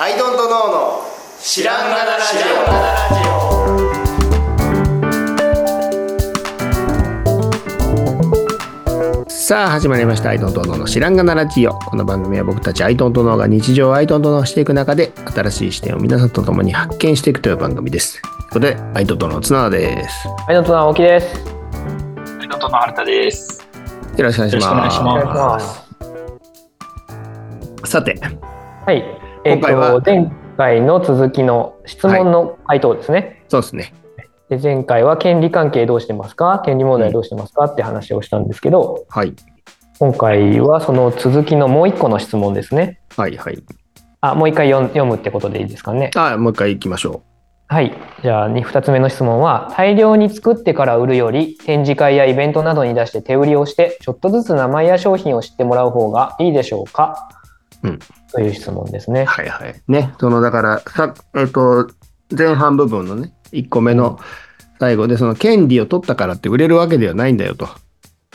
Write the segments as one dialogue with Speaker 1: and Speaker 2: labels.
Speaker 1: アイドントノーの知らんがなラジ
Speaker 2: さあ始まりました「アイドントノーの知らんがなラジオ」この番組は僕たちアイドントノーが日常をアイドントノーしていく中で新しい視点を皆さんと共に発見していくという番組ですということでアイドントノーの綱田です
Speaker 3: はい、のとなおきです。
Speaker 4: アイドントの春田です。
Speaker 2: よろしくお願いし
Speaker 4: よろ
Speaker 2: ま
Speaker 4: し
Speaker 2: す
Speaker 4: くお願いしま
Speaker 3: は
Speaker 2: さて
Speaker 3: い。えっ、
Speaker 2: 今回は
Speaker 3: と、前回の続きの質問の回答ですね。
Speaker 2: そうですね
Speaker 3: で、前回は権利関係どうしてますか権利問題どうしてますかって話をしたんですけど、
Speaker 2: はい
Speaker 3: 今回はその続きのもう一個の質問ですね。
Speaker 2: はいはい
Speaker 3: あ、もう一回読ん読むってことでいいですかね。
Speaker 2: あもう一回行きましょ
Speaker 3: はい。じゃあ、に二つ目の質問は、大量に作ってから売るより、展示会やイベントなどに出して手売りをして、ちょっとずつ名前や商品を知ってもらう方がいいでしょうか
Speaker 2: うん
Speaker 3: という質問です
Speaker 2: う
Speaker 3: ね。
Speaker 2: はいはいねそのだからさえっ、と前半部分のね1個目の最後でその権利を取ったからって売れるわけではないんだよと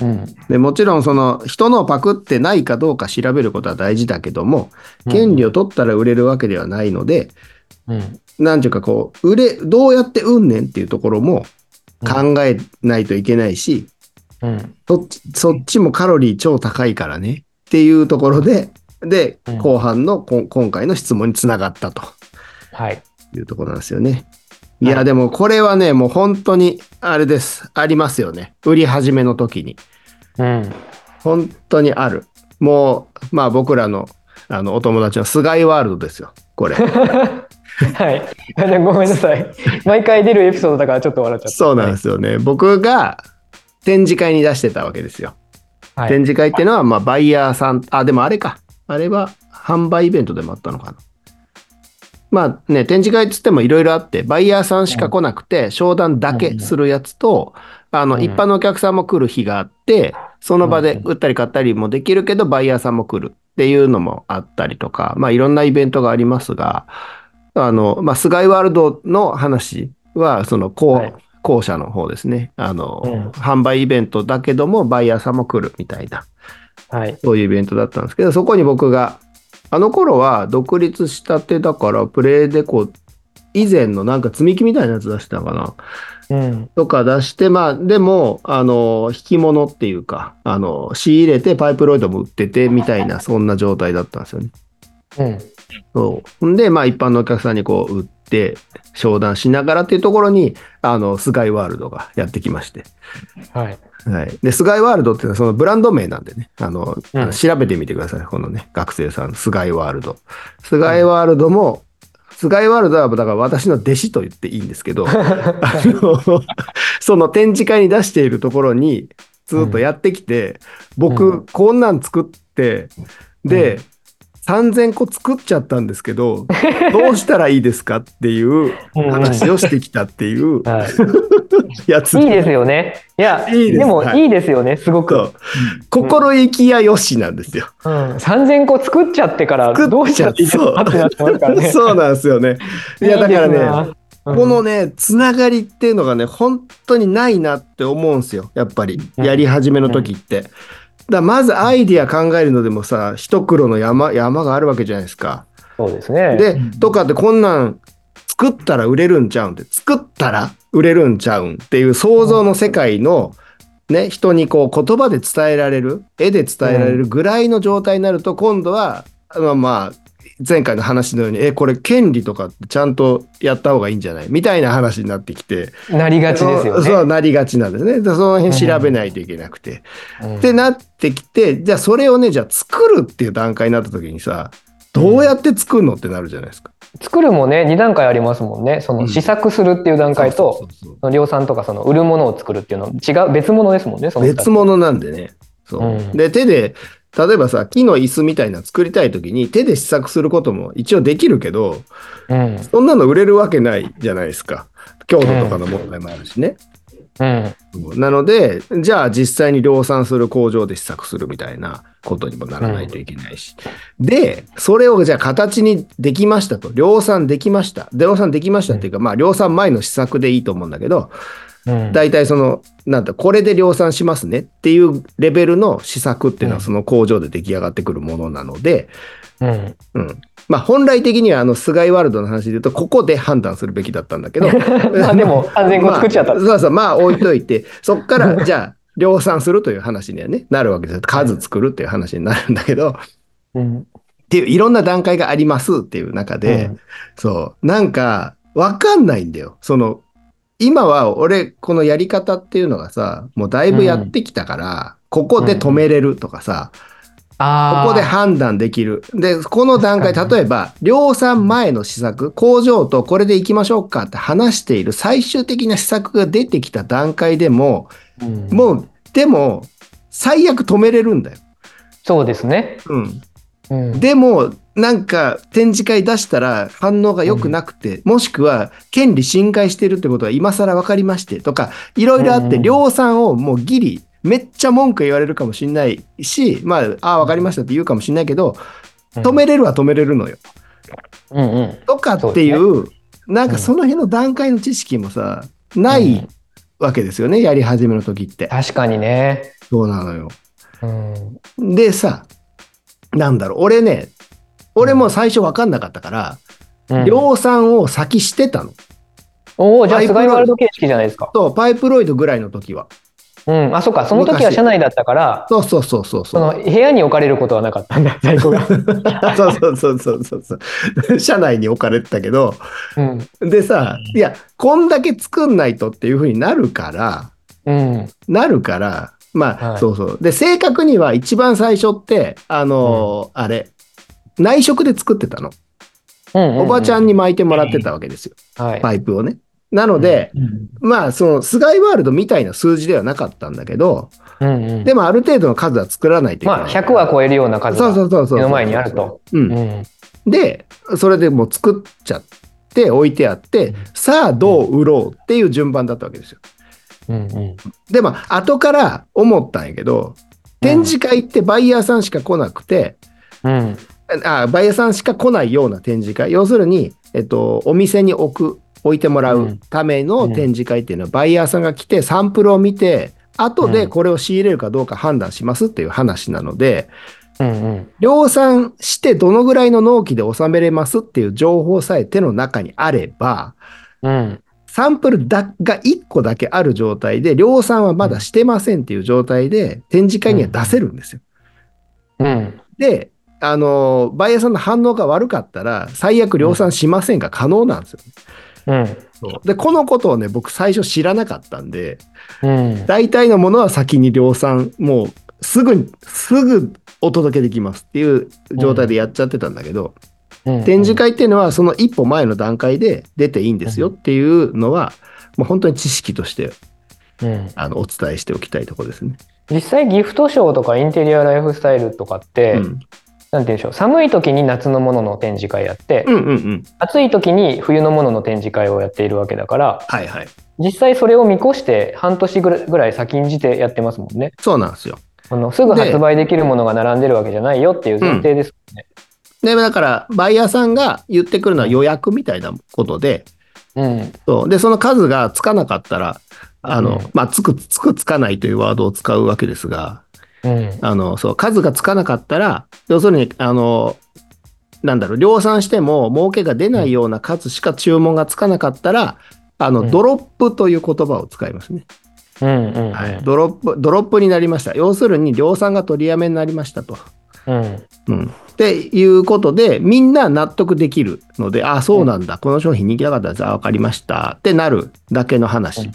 Speaker 3: うん。
Speaker 2: でもちろんその人のをパクってないかどうか調べることは大事だけども
Speaker 3: うん
Speaker 2: 権利を取ったら売れるわけではないので、
Speaker 3: うん。
Speaker 2: なんていうかこう売れどうやって売んねんっていうところも考えないといけないし、
Speaker 3: うん。
Speaker 2: そっちそっちもカロリー超高いからねっていうところでで
Speaker 3: うん
Speaker 2: 後半のこん今回の質問につながったと
Speaker 3: はい。
Speaker 2: いうところなんですよね。いや
Speaker 3: はい
Speaker 2: でもこれはねもう本当にあれですありますよね売り始めの時に。
Speaker 3: うん。
Speaker 2: 本当にある。もう、まあ僕らの、あの、お友達のスガイワールドですよ。これ。
Speaker 3: はい。あでもごめんなさい。毎回出るエピソードだからちょっと笑っちゃった。
Speaker 2: そうなんですよね。僕が展示会に出してたわけですよ。
Speaker 3: はい。
Speaker 2: 展示会っていうのは、まあバイヤーさん、あ、でもあれか。あれは販売イベントでもあったのかな。まあね、展示会っつってもいろいろあって、バイヤーさんしか来なくて、商談だけするやつと、あの、
Speaker 3: うん
Speaker 2: 一般のお客さんも来る日があって、その場で売ったり買ったりもできるけど、バイヤーさんも来るっていうのもあったりとか、まあいろんなイベントがありますが、あの、まあ、スガイワールドの話は、その、こう、
Speaker 3: はい
Speaker 2: 後者の方ですね。あの、
Speaker 3: うん
Speaker 2: 販売イベントだけども、バイヤーさんも来るみたいな、
Speaker 3: はい。
Speaker 2: そういうイベントだったんですけど、そこに僕が、あの頃は独立したてだから、プレイデコ以前のなんか積み木みたいなやつ出してたのかな
Speaker 3: うん。
Speaker 2: とか出して、まあ、でも、あの、引き物っていうか、あの、仕入れてパイプロイドも売っててみたいな、そんな状態だったんですよね。
Speaker 3: うん。
Speaker 2: そう。んで、まあ一般のお客さんにこう売って、商談しながらっていうところに、あの、スカイワールドがやってきまして。
Speaker 3: はい。
Speaker 2: はい。で、スカイワールドっていうのはそのブランド名なんでね、あの、
Speaker 3: うん
Speaker 2: 調べてみてください。このね、学生さん、スカイワールド。スカイワールドも、スカイワールドはだから私の弟子と言っていいんです けど、あの、その展示会に出しているところに、ずーっとやってきて、僕、
Speaker 3: うん
Speaker 2: こんなん作って、で、
Speaker 3: うん
Speaker 2: 3000個作っちゃったんですけど、どうしたらいいですかっていう
Speaker 3: うんうん
Speaker 2: 話をしてきたっていう
Speaker 3: はい
Speaker 2: やつ。
Speaker 3: いいですよね。いや、
Speaker 2: いいです
Speaker 3: でも
Speaker 2: はい
Speaker 3: いいですよね、すご
Speaker 2: そ
Speaker 3: く。
Speaker 2: う心意気やよしなんですよ。
Speaker 3: うん、3000個作っちゃってから
Speaker 2: 作っちゃ
Speaker 3: どうしたらいいですかってなってますから ね。
Speaker 2: そうなんですよね。いやだから
Speaker 3: いいです
Speaker 2: ね、
Speaker 3: なうん
Speaker 2: このね、つながりっていうのがね、本当にないなって思うんですよ。やっぱり、
Speaker 3: うん
Speaker 2: やり始めの時って。だからまずアイディア考えるのでもさ、一苦労の山、山があるわけじゃないですか。
Speaker 3: そうですね。
Speaker 2: で、とかってこんなん作ったら売れるんちゃうんって、作ったら売れるんちゃうんっていう想像の世界の、ね、人にこう言葉で伝えられる、絵で伝えられるぐらいの状態になると、今度は、あのまあ、前回の話のように、え、これ権利とかってちゃんとやった方がいいんじゃないみたいな話になってきて、
Speaker 3: なりがちですよね。
Speaker 2: そうそうなりがちなんですね。でその辺調べないといけなくて。
Speaker 3: うん
Speaker 2: ってなってきて、じゃあそれをね、じゃあ作るっていう段階になった時にさ、どうやって作るのってなるじゃないですか。
Speaker 3: 作るもね、2段階ありますもんね。そうの
Speaker 2: ん
Speaker 3: 試作するっていう段階と、
Speaker 2: そうそうそう
Speaker 3: その量産とかその売るものを作るっていうの違う別物ですもんねそ
Speaker 2: そう
Speaker 3: の二つ
Speaker 2: 別物なんでね。そう
Speaker 3: うん
Speaker 2: で、手で、例えばさ、木の椅子みたいなの作りたい時に、手で試作することも一応できるけど、
Speaker 3: うん
Speaker 2: そんなの売れるわけないじゃないですか。強度とかの問題もあるしね。
Speaker 3: うん
Speaker 2: そうなので、じゃあ実際に量産する工場で試作するみたいなことにもならないといけないし。で、それをじゃあ形にできましたと。量産できました。量産できましたっていうか、まあ量産前の試作でいいと思うんだけど、
Speaker 3: うん
Speaker 2: 大体その、なんだ、これで量産しますねっていうレベルの試作っていうのは
Speaker 3: うん
Speaker 2: その工場で出来上がってくるものなので、
Speaker 3: うん
Speaker 2: うん。まあ本来的にはあの菅井ワールドの話で言うと、ここで判断するべきだったんだけど、
Speaker 3: まあでも完全語作っちゃった
Speaker 2: まあそうそう、まあ置いとい て、そっから、じゃあ、量産するという話にはね、なるわけですよ。数作るっていう話になるんだけど、
Speaker 3: うん。
Speaker 2: っていう、いろんな段階がありますっていう中で、
Speaker 3: うん
Speaker 2: そう、なんか、わかんないんだよ。その、今は俺、このやり方っていうのがさ、もうだいぶやってきたから、ここで止めれるとかさ、
Speaker 3: ああ。
Speaker 2: ここで判断できる。で、この段階、
Speaker 3: 確かに
Speaker 2: 例え
Speaker 3: ね
Speaker 2: ば、量産前の施策、工場とこれで行きましょうかって話している最終的な施策が出てきた段階でも、
Speaker 3: うん
Speaker 2: もう、でも、最悪止めれるんだよ。
Speaker 3: そうですね。
Speaker 2: うん。
Speaker 3: うん。
Speaker 2: でも、なんか、展示会出したら反応が良くなくて、もしくは、権利侵害してるってことは今更分かりまして、とか、いろいろあっ
Speaker 3: うんう
Speaker 2: て、
Speaker 3: ん
Speaker 2: 量産をもうギリ、めっちゃ文句言われるかもしんないし、まあ、ああ、分かりましたって言うかもしんないけど、
Speaker 3: うん
Speaker 2: 止めれるは止めれるのよ。
Speaker 3: うんうん。
Speaker 2: とかっていう、なんかその辺の段階の知識もさ、な
Speaker 3: う
Speaker 2: い
Speaker 3: ん
Speaker 2: わけですよね、やり始めの時って。
Speaker 3: 確かにね。
Speaker 2: そうなのよ。
Speaker 3: うん。
Speaker 2: でさ、なんだろう、俺ね、俺も最初分かんなかったから、
Speaker 3: うん
Speaker 2: 量産を先してたの。
Speaker 3: おお、じゃあ、
Speaker 2: パイプ
Speaker 3: ス
Speaker 2: ロ
Speaker 3: ガイワールド形式じゃないですか。
Speaker 2: と、パイプロイドぐらいの時は。
Speaker 3: うん。あ、そっか。その時は
Speaker 2: 昔
Speaker 3: 社内だったから、
Speaker 2: そうそうそうそう
Speaker 3: そ
Speaker 2: そ
Speaker 3: の
Speaker 2: う。
Speaker 3: 部屋に置かれることはなかったんだ、在庫 が。
Speaker 2: そうそうそうそうそうそう。 社内に置かれてたけど、
Speaker 3: うん。
Speaker 2: でさ、いや、こんだけ作んないとっていうふうになるから、
Speaker 3: うん。
Speaker 2: なるから、まあ、
Speaker 3: はい
Speaker 2: そうそう。で、正確には一番最初って、あのーあれ、内職で作ってたの。お
Speaker 3: お
Speaker 2: ばちゃんに。巻いてもらってたわけですよ、
Speaker 3: はい。
Speaker 2: パイプをね。なので、まあ、その、スガイワールドみたいな数字ではなかったんだけど、
Speaker 3: うんうん。
Speaker 2: でもある程度の数は作らないといけない。
Speaker 3: まあ、100は超えるような数
Speaker 2: そうそ
Speaker 3: が
Speaker 2: うそうそう。
Speaker 3: 目の前にあると。
Speaker 2: うん
Speaker 3: う。ん。
Speaker 2: で、それでもう作っちゃって、置いてあって、さあどう売ろうっていう順番だったわけですよ。
Speaker 3: うんうん。
Speaker 2: でも、後から思ったんやけど、展示会ってバイヤーさんしか来なくて、
Speaker 3: うん。
Speaker 2: あバイヤーさんしか来ないような展示会、要するに、えっと、お店に置く、置いてもらうための展示会っていうのは、バイヤーさんが来て、サンプルを見て、後でこれを仕入れるかどうか判断しますっていう話なので、
Speaker 3: うんうん。
Speaker 2: 量産してどのぐらいの納期で収めれますっていう情報さえ手の中にあれば、
Speaker 3: うん。
Speaker 2: サンプルだが1個だけある状態で、量産はまだしてませんっていう状態で、展示会には出せるんですよ。
Speaker 3: うん。
Speaker 2: で、あの、バイヤーさんの反応が悪かったら、最悪量産しませんが可能なんですよ、
Speaker 3: うん。
Speaker 2: で、このことをね、僕最初知らなかったんで、
Speaker 3: うん。
Speaker 2: 大体のものは先に量産、もうすぐ、すぐお届けできますっていう状態でやっちゃってたんだけど、
Speaker 3: うん
Speaker 2: 展示会っていうのはその一歩前の段階で出ていいんですよっていうのは、もう本当に知識として
Speaker 3: うん。
Speaker 2: あのお伝えしておきたいところですね。
Speaker 3: 実際ギフトショーとかインテリアライフスタイルとかって、
Speaker 2: うん、
Speaker 3: なんて言うんでしょう寒い時に夏のものの展示会やって、
Speaker 2: うんうんうん。
Speaker 3: 暑い時に冬のものの展示会をやっているわけだから
Speaker 2: はいはい。
Speaker 3: 実際それを見越して半年ぐらぐらい先んじてやってますもんね
Speaker 2: そうなんですよ。
Speaker 3: あのすぐ発売できるものが並んでるわけじゃないよっていう前提ですもんね。
Speaker 2: で、だから、バイヤーさんが言ってくるのは予約みたいなことで、
Speaker 3: うん
Speaker 2: そうで、その数がつかなかったら、あの、
Speaker 3: うん
Speaker 2: まあ、つく、つくつかないというワードを使うわけですが、
Speaker 3: うん
Speaker 2: あの、そう、数がつかなかったら、要するに、あの、なんだろう、量産しても儲けが出ないような数しか注文がつかなかったら、あの、
Speaker 3: うん
Speaker 2: ドロップという言葉を使いますね。
Speaker 3: うんうんうん
Speaker 2: はい。ドロップ、ドロップになりました。要するに量産が取りやめになりましたと。
Speaker 3: うん
Speaker 2: うん、っていうことで、みんな納得できるので、あ、そうなんだ、この商品人気なかったです、あ、わかりましたってなるだけの話、
Speaker 3: うん
Speaker 2: っ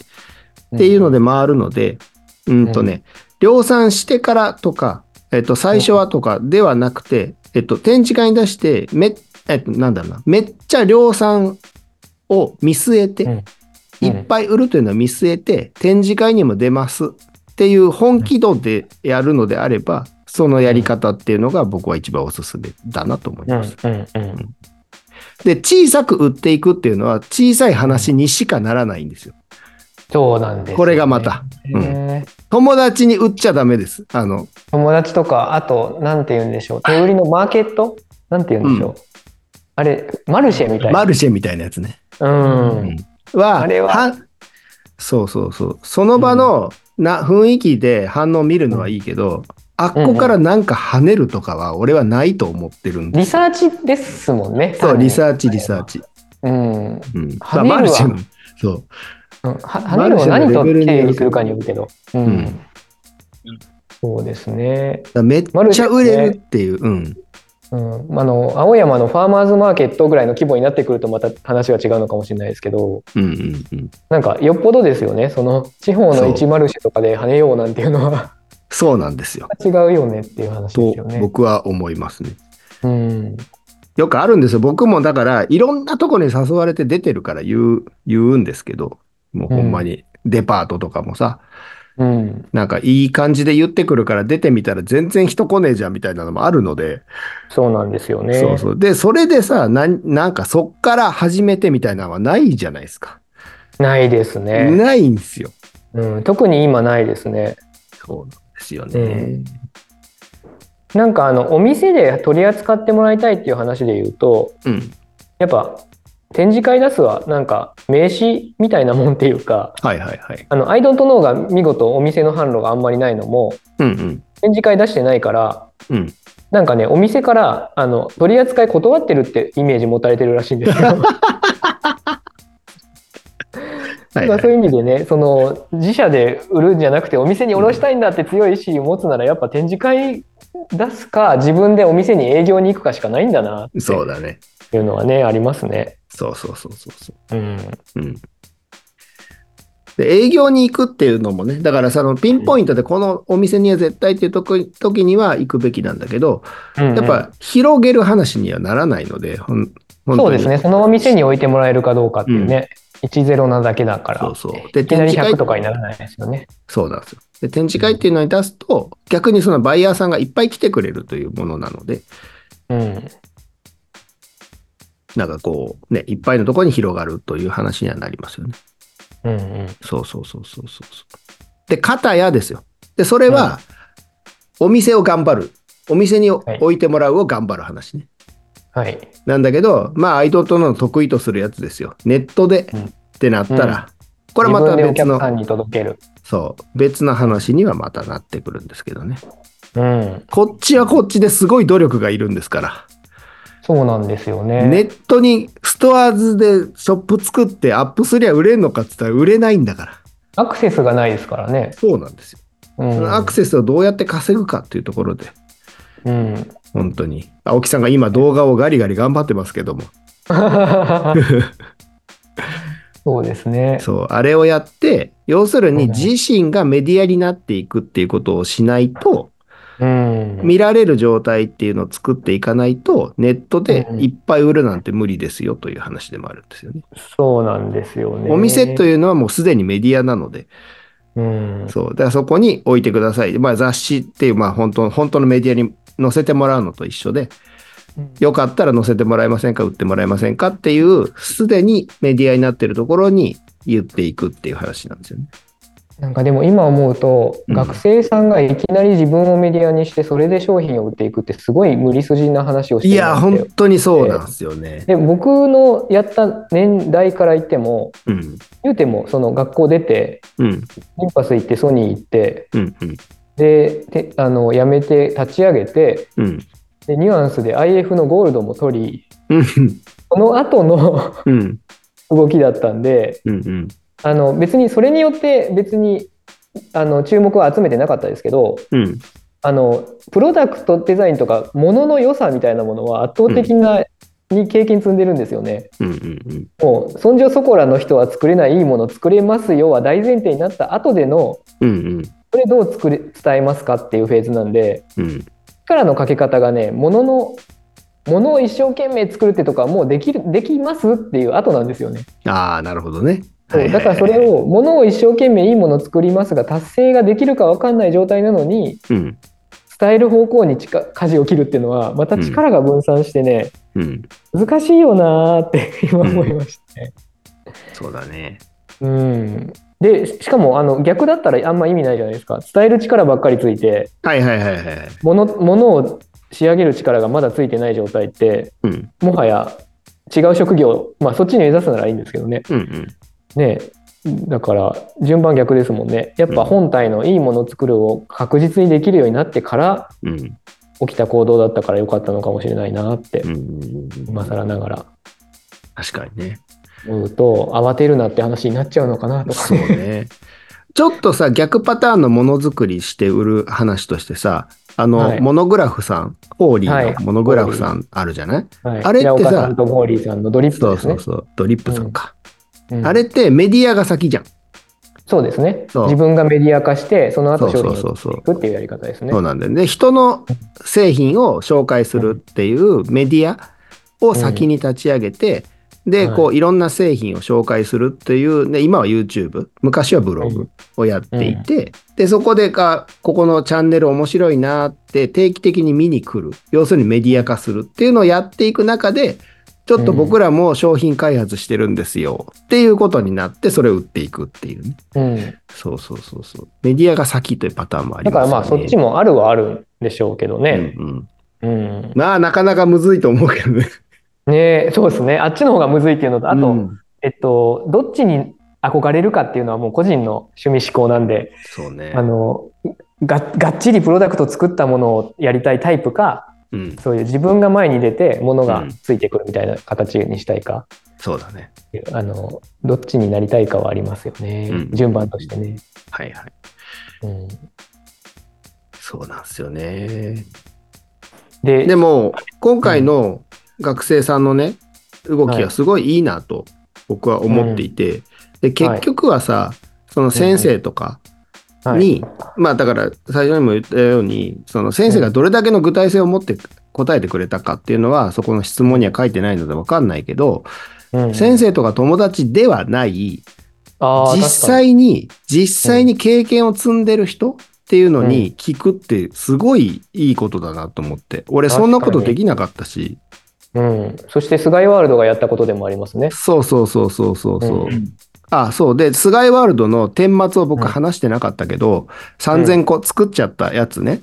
Speaker 2: ていうので回るので、うんとね、量産してからとか、えっと、最初はとかではなくて、えっと、展示会に出して、め、えっと、なんだろうな、めっちゃ量産を見据えて、
Speaker 3: うん
Speaker 2: いっぱい売るというのを見据えて、展示会にも出ますっていう本気度でやるのであれば、そのやり方っていうのが僕は一番おすすめだなと思い
Speaker 3: うん
Speaker 2: ます。
Speaker 3: うんうん
Speaker 2: で、小さく売っていくっていうのは、小さい話にしかならないんですよ。
Speaker 3: そうなんですよね、
Speaker 2: これがまた。うん
Speaker 3: ね
Speaker 2: 友達に売っちゃダメです。あの、
Speaker 3: 友達とかあとなんて言うんでしょう手売りのマーケットなんて言うんでしょう、あれマルシェみたいな
Speaker 2: マルシェみたいなやつね。
Speaker 3: うん、
Speaker 2: うんは、
Speaker 3: あれは
Speaker 2: そうそうそう。その場の、な、雰囲気で反応見るのはいいけど、あっこからなんか跳ねるとかは俺はないと思ってるんで
Speaker 3: リサーチですもんね。
Speaker 2: そう、リサーチ、
Speaker 3: はい
Speaker 2: リサーチ。
Speaker 3: うん。うん
Speaker 2: うん。
Speaker 3: 跳ねるは
Speaker 2: まあマルシェの、そう。
Speaker 3: は跳ねるを何と定義するかによるけど。うん。
Speaker 2: うん
Speaker 3: そうですね。
Speaker 2: だからめっちゃ売れるっていう、うん。
Speaker 3: うん、あの青山のファーマーズマーケットぐらいの規模になってくるとまた話は違うのかもしれないですけど
Speaker 2: うんうんうん。
Speaker 3: なんかよっぽどですよねその地方
Speaker 2: そ
Speaker 3: の
Speaker 2: う
Speaker 3: 一マルシェとかで跳ねようなんていうのは
Speaker 2: そうなんですよ。
Speaker 3: 違うよねっていう話で
Speaker 2: と
Speaker 3: すよね。
Speaker 2: 僕は思いますね。
Speaker 3: うん、
Speaker 2: よくあるんですよ。僕もだから、いろんなとこに誘われて出てるから言う、言うんですけど、もうほんまに、デパートとかもさ、
Speaker 3: うん、
Speaker 2: なんかいい感じで言ってくるから出てみたら全然人来ねえじゃんみたいなのもあるので、
Speaker 3: そうなんですよね。
Speaker 2: そうそう。で、それでさ、なんなんかそっから始めてみたいなのはないじゃないですか。
Speaker 3: ないですね、
Speaker 2: ないんですよ。
Speaker 3: うん。特に今ないですね。
Speaker 2: そうなんですよ
Speaker 3: ねなんかあのお店で取り扱ってもらいたいっていう話で言うと
Speaker 2: うん。
Speaker 3: やっぱ展示会出すはなんか名刺みたいなもんっていうか
Speaker 2: はいはいはい。
Speaker 3: あのアイドントノーが見事お店の販路があんまりないのも
Speaker 2: うんうん。
Speaker 3: 展示会出してないから
Speaker 2: うん。
Speaker 3: なんかねお店からあの取り扱い断ってるってイメージ持たれてるらしいんですよ。
Speaker 2: はい、
Speaker 3: ま
Speaker 2: は
Speaker 3: あそう
Speaker 2: い。
Speaker 3: いう意味でねその自社で売るんじゃなくてお店に卸したいんだって強い意志を持つならやっぱ展示会出すか自分でお店に営業に行くかしかないんだなっ
Speaker 2: そうだね。
Speaker 3: ていうのはねありますね。
Speaker 2: そうそうそうそうそう。
Speaker 3: うん、
Speaker 2: うんで営業に行くっていうのもね、だからそのピンポイントでこのお店には絶対っていうとこ時には行くべきなんだけど、
Speaker 3: うんうん
Speaker 2: やっぱ広げる話にはならないので、ほん本
Speaker 3: そ
Speaker 2: 当
Speaker 3: う
Speaker 2: に
Speaker 3: ですねそのお店に置いてもらえるかどうかっていうね、10なだけだから
Speaker 2: そうそうで
Speaker 3: いきな
Speaker 2: 展
Speaker 3: り
Speaker 2: 示会
Speaker 3: 100とかにならないですよね。
Speaker 2: そうなんですよ。で、展示会っていうのに出すと、逆にそのバイヤーさんがいっぱい来てくれるというものなので、
Speaker 3: うん
Speaker 2: なんかこう、ね、いっぱいのところに広がるという話にはなりますよね。
Speaker 3: うんうん
Speaker 2: そうそうそうそうそうそう。で、片やですよ。で、それは、お店を頑張る。お店に
Speaker 3: い
Speaker 2: 置いてもらうを頑張る話ね。
Speaker 3: はい。
Speaker 2: なんだけど、まあ、アイドルとの得意とするやつですよ。ネットで
Speaker 3: うん
Speaker 2: ってなったら、こ
Speaker 3: こ
Speaker 2: れまた別
Speaker 3: お客さ
Speaker 2: の、
Speaker 3: んに届ける。
Speaker 2: そう、別の話にはまたなってくるんですけどね。
Speaker 3: うん。
Speaker 2: こっちはこっちですごい努力がいるんですから。
Speaker 3: そうなんですよね。
Speaker 2: ネットにストアーズでショップ作ってアップすりゃ売れんのかって言ったら売れないんだから。
Speaker 3: アクセスがないですからね。
Speaker 2: そうなんですよ。
Speaker 3: うん
Speaker 2: そのアクセスをどうやって稼ぐかっていうところで、
Speaker 3: うん。
Speaker 2: 本当に。青木さんが今動画をガリガリ頑張ってますけども。
Speaker 3: そうですね。
Speaker 2: そう、あれをやって、要する
Speaker 3: う
Speaker 2: に
Speaker 3: ん
Speaker 2: 自身がメディアになっていくっていうことをしないと、
Speaker 3: うん。
Speaker 2: 見られる状態っていうのを作っていかないと、ネットでいっぱい売るなんて無理ですよという話でもあるんですよね。
Speaker 3: そうなんですよね。
Speaker 2: お店と
Speaker 3: いう。
Speaker 2: いうのはもうすでにメディアなので、
Speaker 3: うん。
Speaker 2: そう。だからそこに置いてください。まあ雑誌っていう、まあ本当、本当のメディアに載せてもらうのと一緒で、よかったら載せてもらえませんか、売ってもらえませんかっていう、すでにメディアになってるところに言っていくっていう話なんですよね。
Speaker 3: なんかでも今思うと、
Speaker 2: うん
Speaker 3: 学生さんがいきなり自分をメディアにしてそれで商品を売っていくってすごい無理筋な話をして
Speaker 2: い
Speaker 3: る
Speaker 2: や、
Speaker 3: なって
Speaker 2: 本当にそうなんですよね。
Speaker 3: で僕のやった年代から言っても
Speaker 2: うん。
Speaker 3: 言うてもその学校出て
Speaker 2: うん。
Speaker 3: リンパス行ってソニー行って
Speaker 2: うん。うん。
Speaker 3: でてあの辞めて立ち上げて
Speaker 2: うん。
Speaker 3: でニュアンスで IF のゴールドも取り
Speaker 2: うん。
Speaker 3: その後の
Speaker 2: うん。
Speaker 3: 動きだったんで
Speaker 2: うん。うん。
Speaker 3: あの別にそれによって別にあの注目は集めてなかったですけど
Speaker 2: うん。
Speaker 3: あのプロダクトデザインとかものの良さみたいなものは圧倒的な、に経験積んでるんですよね。
Speaker 2: うん。うん。
Speaker 3: もうそんじょそこらの人は作れないいいもの作れますよは大前提になった後での
Speaker 2: うん。
Speaker 3: それどう作れ伝えますかっていうフェーズなんで
Speaker 2: うん。
Speaker 3: 力のかけ方がねもののものを一生懸命作るってとかもうできるできますっていう後なんですよね。
Speaker 2: ああ、なるほどね。
Speaker 3: そうだからそれ。をものを一生懸命いいもの作りますが達成ができるかわかんない状態なのに
Speaker 2: うん。
Speaker 3: 伝える方向に近舵を切るっていうのはまた力が分散してね、
Speaker 2: うん。
Speaker 3: 難しいよなーって 今思いましたね。
Speaker 2: そうだね。
Speaker 3: うんでししかもあの逆だったらあんま意味ないじゃないですか伝える力ばっかりついて
Speaker 2: はいはいはいはい。
Speaker 3: ものものを仕上げる力がまだついてない状態って
Speaker 2: うん。
Speaker 3: もはや違う職業まあそっちに目指すならいいんですけどね
Speaker 2: うん。
Speaker 3: ねだから順番逆ですもんねやっぱ本体のいいものを作るを確実にできるようになってから
Speaker 5: うん。
Speaker 3: 起きた行動だったから良かったのかもしれないなって
Speaker 5: うんうんうんうん
Speaker 3: 今更ながら
Speaker 5: 確かにね。
Speaker 3: 思うと慌てるなって話になっちゃうのかなとか
Speaker 5: そうね。
Speaker 2: ちょっとさ、逆パターンのものづくりして売る話としてさ、あの、
Speaker 3: はい
Speaker 2: モノグラフさん、ホーリ
Speaker 3: はい
Speaker 2: ーのモノグラフさんあるじゃない、
Speaker 3: はい
Speaker 2: あれってさ
Speaker 3: 平岡さんとモーリーさんのドリップ
Speaker 2: そう
Speaker 3: です
Speaker 2: そ
Speaker 3: ね
Speaker 2: うそう、ドリップさんか。
Speaker 3: うん
Speaker 2: あれってメディアが先じゃん。
Speaker 3: そうですね
Speaker 2: そう
Speaker 3: 自分がメディア化してその後商品を
Speaker 2: そうそう
Speaker 3: 作
Speaker 2: そうそう
Speaker 3: っていくっていうやり方ですね
Speaker 2: そうなんだよね。人の製品を紹介するっていうメディアを先に立ち上げて、で、
Speaker 3: はい
Speaker 2: こういろんな製品を紹介するっていう、ね、今は YouTube、昔はブログをやっていて、で、そこでか、ここのチャンネル面白いなって定期的に見に来る、要するにメディア化するっていうのをやっていく中で、ちょっと僕らも商品開発してるんですよっていうことになって、それを売っていくっていうね。
Speaker 3: うん
Speaker 2: そうそうそうそう。メディアが先というパターンもあり
Speaker 3: だか
Speaker 2: ます
Speaker 3: ら
Speaker 2: よね。
Speaker 3: まあそっちもあるはあるんでしょうけどね
Speaker 5: うんうん
Speaker 3: うん、
Speaker 2: まあ、なかなかむずいと思うけどね。
Speaker 3: ねえそうですねあっちの方がむずいっていうのとあと、
Speaker 2: うん
Speaker 3: えっとどっちに憧れるかっていうのはもう個人の趣味思考なんで
Speaker 2: そうね
Speaker 3: あ。のががっちりプロダクト作ったものをやりたいタイプか
Speaker 2: うん、
Speaker 3: そういう自分が前に出てもの
Speaker 5: う
Speaker 3: が
Speaker 5: ん
Speaker 3: ついてくるみたいな形にしたいか、
Speaker 2: そうだね。
Speaker 3: あのどっちになりたいかはありますよね、
Speaker 5: うん
Speaker 3: 順番としてね。
Speaker 2: はいはい。
Speaker 3: うん、
Speaker 2: そうなんですよね。
Speaker 3: で
Speaker 2: でも、今回の学生さんのね、動きがすごいいいなと僕は思っていて、で結局はさ、その先生とか
Speaker 3: はい
Speaker 2: に、まあだから最初にも言ったように、その先生がどれだけの具体性を持って答えてくれたかっていうのは、そこの質問には書いてないので分かんないけど、
Speaker 3: うん
Speaker 2: 先生とか友達ではない、
Speaker 3: あー
Speaker 2: 実
Speaker 3: 確
Speaker 2: 際に、実際に経験を積んでる人っていうのに聞くってすごいいいことだなと思って。俺そんなことできなかったし。
Speaker 3: かにうん、そしてスガイワールドがやったことでもありますね。
Speaker 2: そうそうそうそうそうそう。
Speaker 4: うん
Speaker 2: あ、そう。で、スガイワールドの顛末を僕
Speaker 3: うん
Speaker 2: 話してなかったけど、3000個作っちゃったやつね。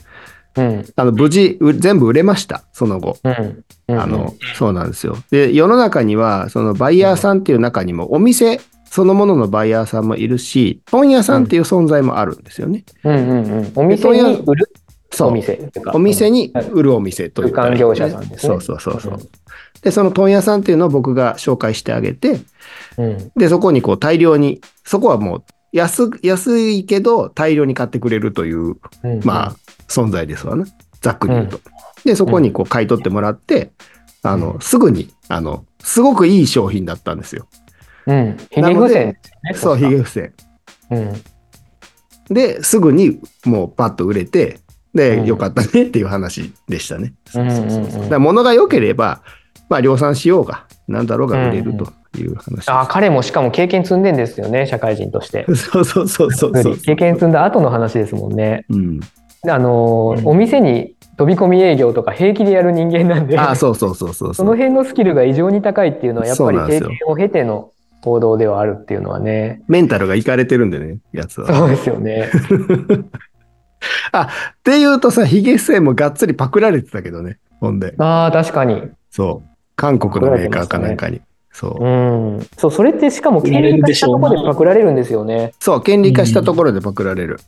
Speaker 3: うん
Speaker 2: あの、無事、う全部売れました。その後。
Speaker 3: うんうん、
Speaker 2: あの、そうなんですよ。で、世の中には、そのバイヤーさんっていう中にも、お店そのもののバイヤーさんもいるし、問屋さんっていう存在もあるんですよね。
Speaker 3: うんうんうん、お店に売る
Speaker 2: そう。
Speaker 3: お店っていうか
Speaker 2: お店に売るお店というか、
Speaker 3: 空間業者さんですね
Speaker 2: そうそうそうそう、
Speaker 3: うん
Speaker 2: で、その問屋さんっていうのを僕が紹介してあげて、
Speaker 3: うん
Speaker 2: で、そこにこう大量に、そこはもう安、安いけど大量に買ってくれるという、
Speaker 3: うん、
Speaker 2: まあ、存在ですわね。ざっくり言うと。で、そこにこう買い取ってもらって、あの、すぐに、あの、すごくいい商品だったんですよ。
Speaker 3: うん、ひげ伏せです
Speaker 2: そ
Speaker 3: よ
Speaker 2: う、ひ
Speaker 3: ね。確
Speaker 2: げ
Speaker 3: か
Speaker 2: 伏せ。
Speaker 3: うん、
Speaker 2: で、すぐにもうパッと売れて、で、
Speaker 3: うん
Speaker 2: よかったねっていう話でしたね。
Speaker 3: うんうんうん
Speaker 2: そうそうそうだから物が良ければ、まあ、量産しようが、なんだろうが売れるという話です。
Speaker 3: あ ー彼もしかも経験積んでんですよね社会人として。
Speaker 2: そうそうそうそうそう。
Speaker 3: 経験積んだ後の話ですもんね。
Speaker 2: うん、
Speaker 3: あのー、お店に飛び込み営業とか平気でやる人間なんで
Speaker 2: ああ、そうそうそうそう
Speaker 3: そ
Speaker 2: そ
Speaker 3: の
Speaker 2: う。
Speaker 3: 辺のスキルが異常に高いっていうのはやっぱ
Speaker 2: そ
Speaker 3: り
Speaker 2: うなんで
Speaker 3: 経
Speaker 2: すよ
Speaker 3: 験を経ての行動ではあるっていうのはね
Speaker 2: メンタルがいかれてるんでね、やつは。
Speaker 3: そうですよ ね。
Speaker 2: っていうとさ、ヒゲ生もがっつりパクられてたけどね、ほんで。
Speaker 3: ああ確かに、
Speaker 2: そう。韓国のメーカーかなんかに。そうう。
Speaker 3: ん、そうそれってしかも権利化したところでパクられるんですよね。
Speaker 2: そう、権利化したところでパクられる。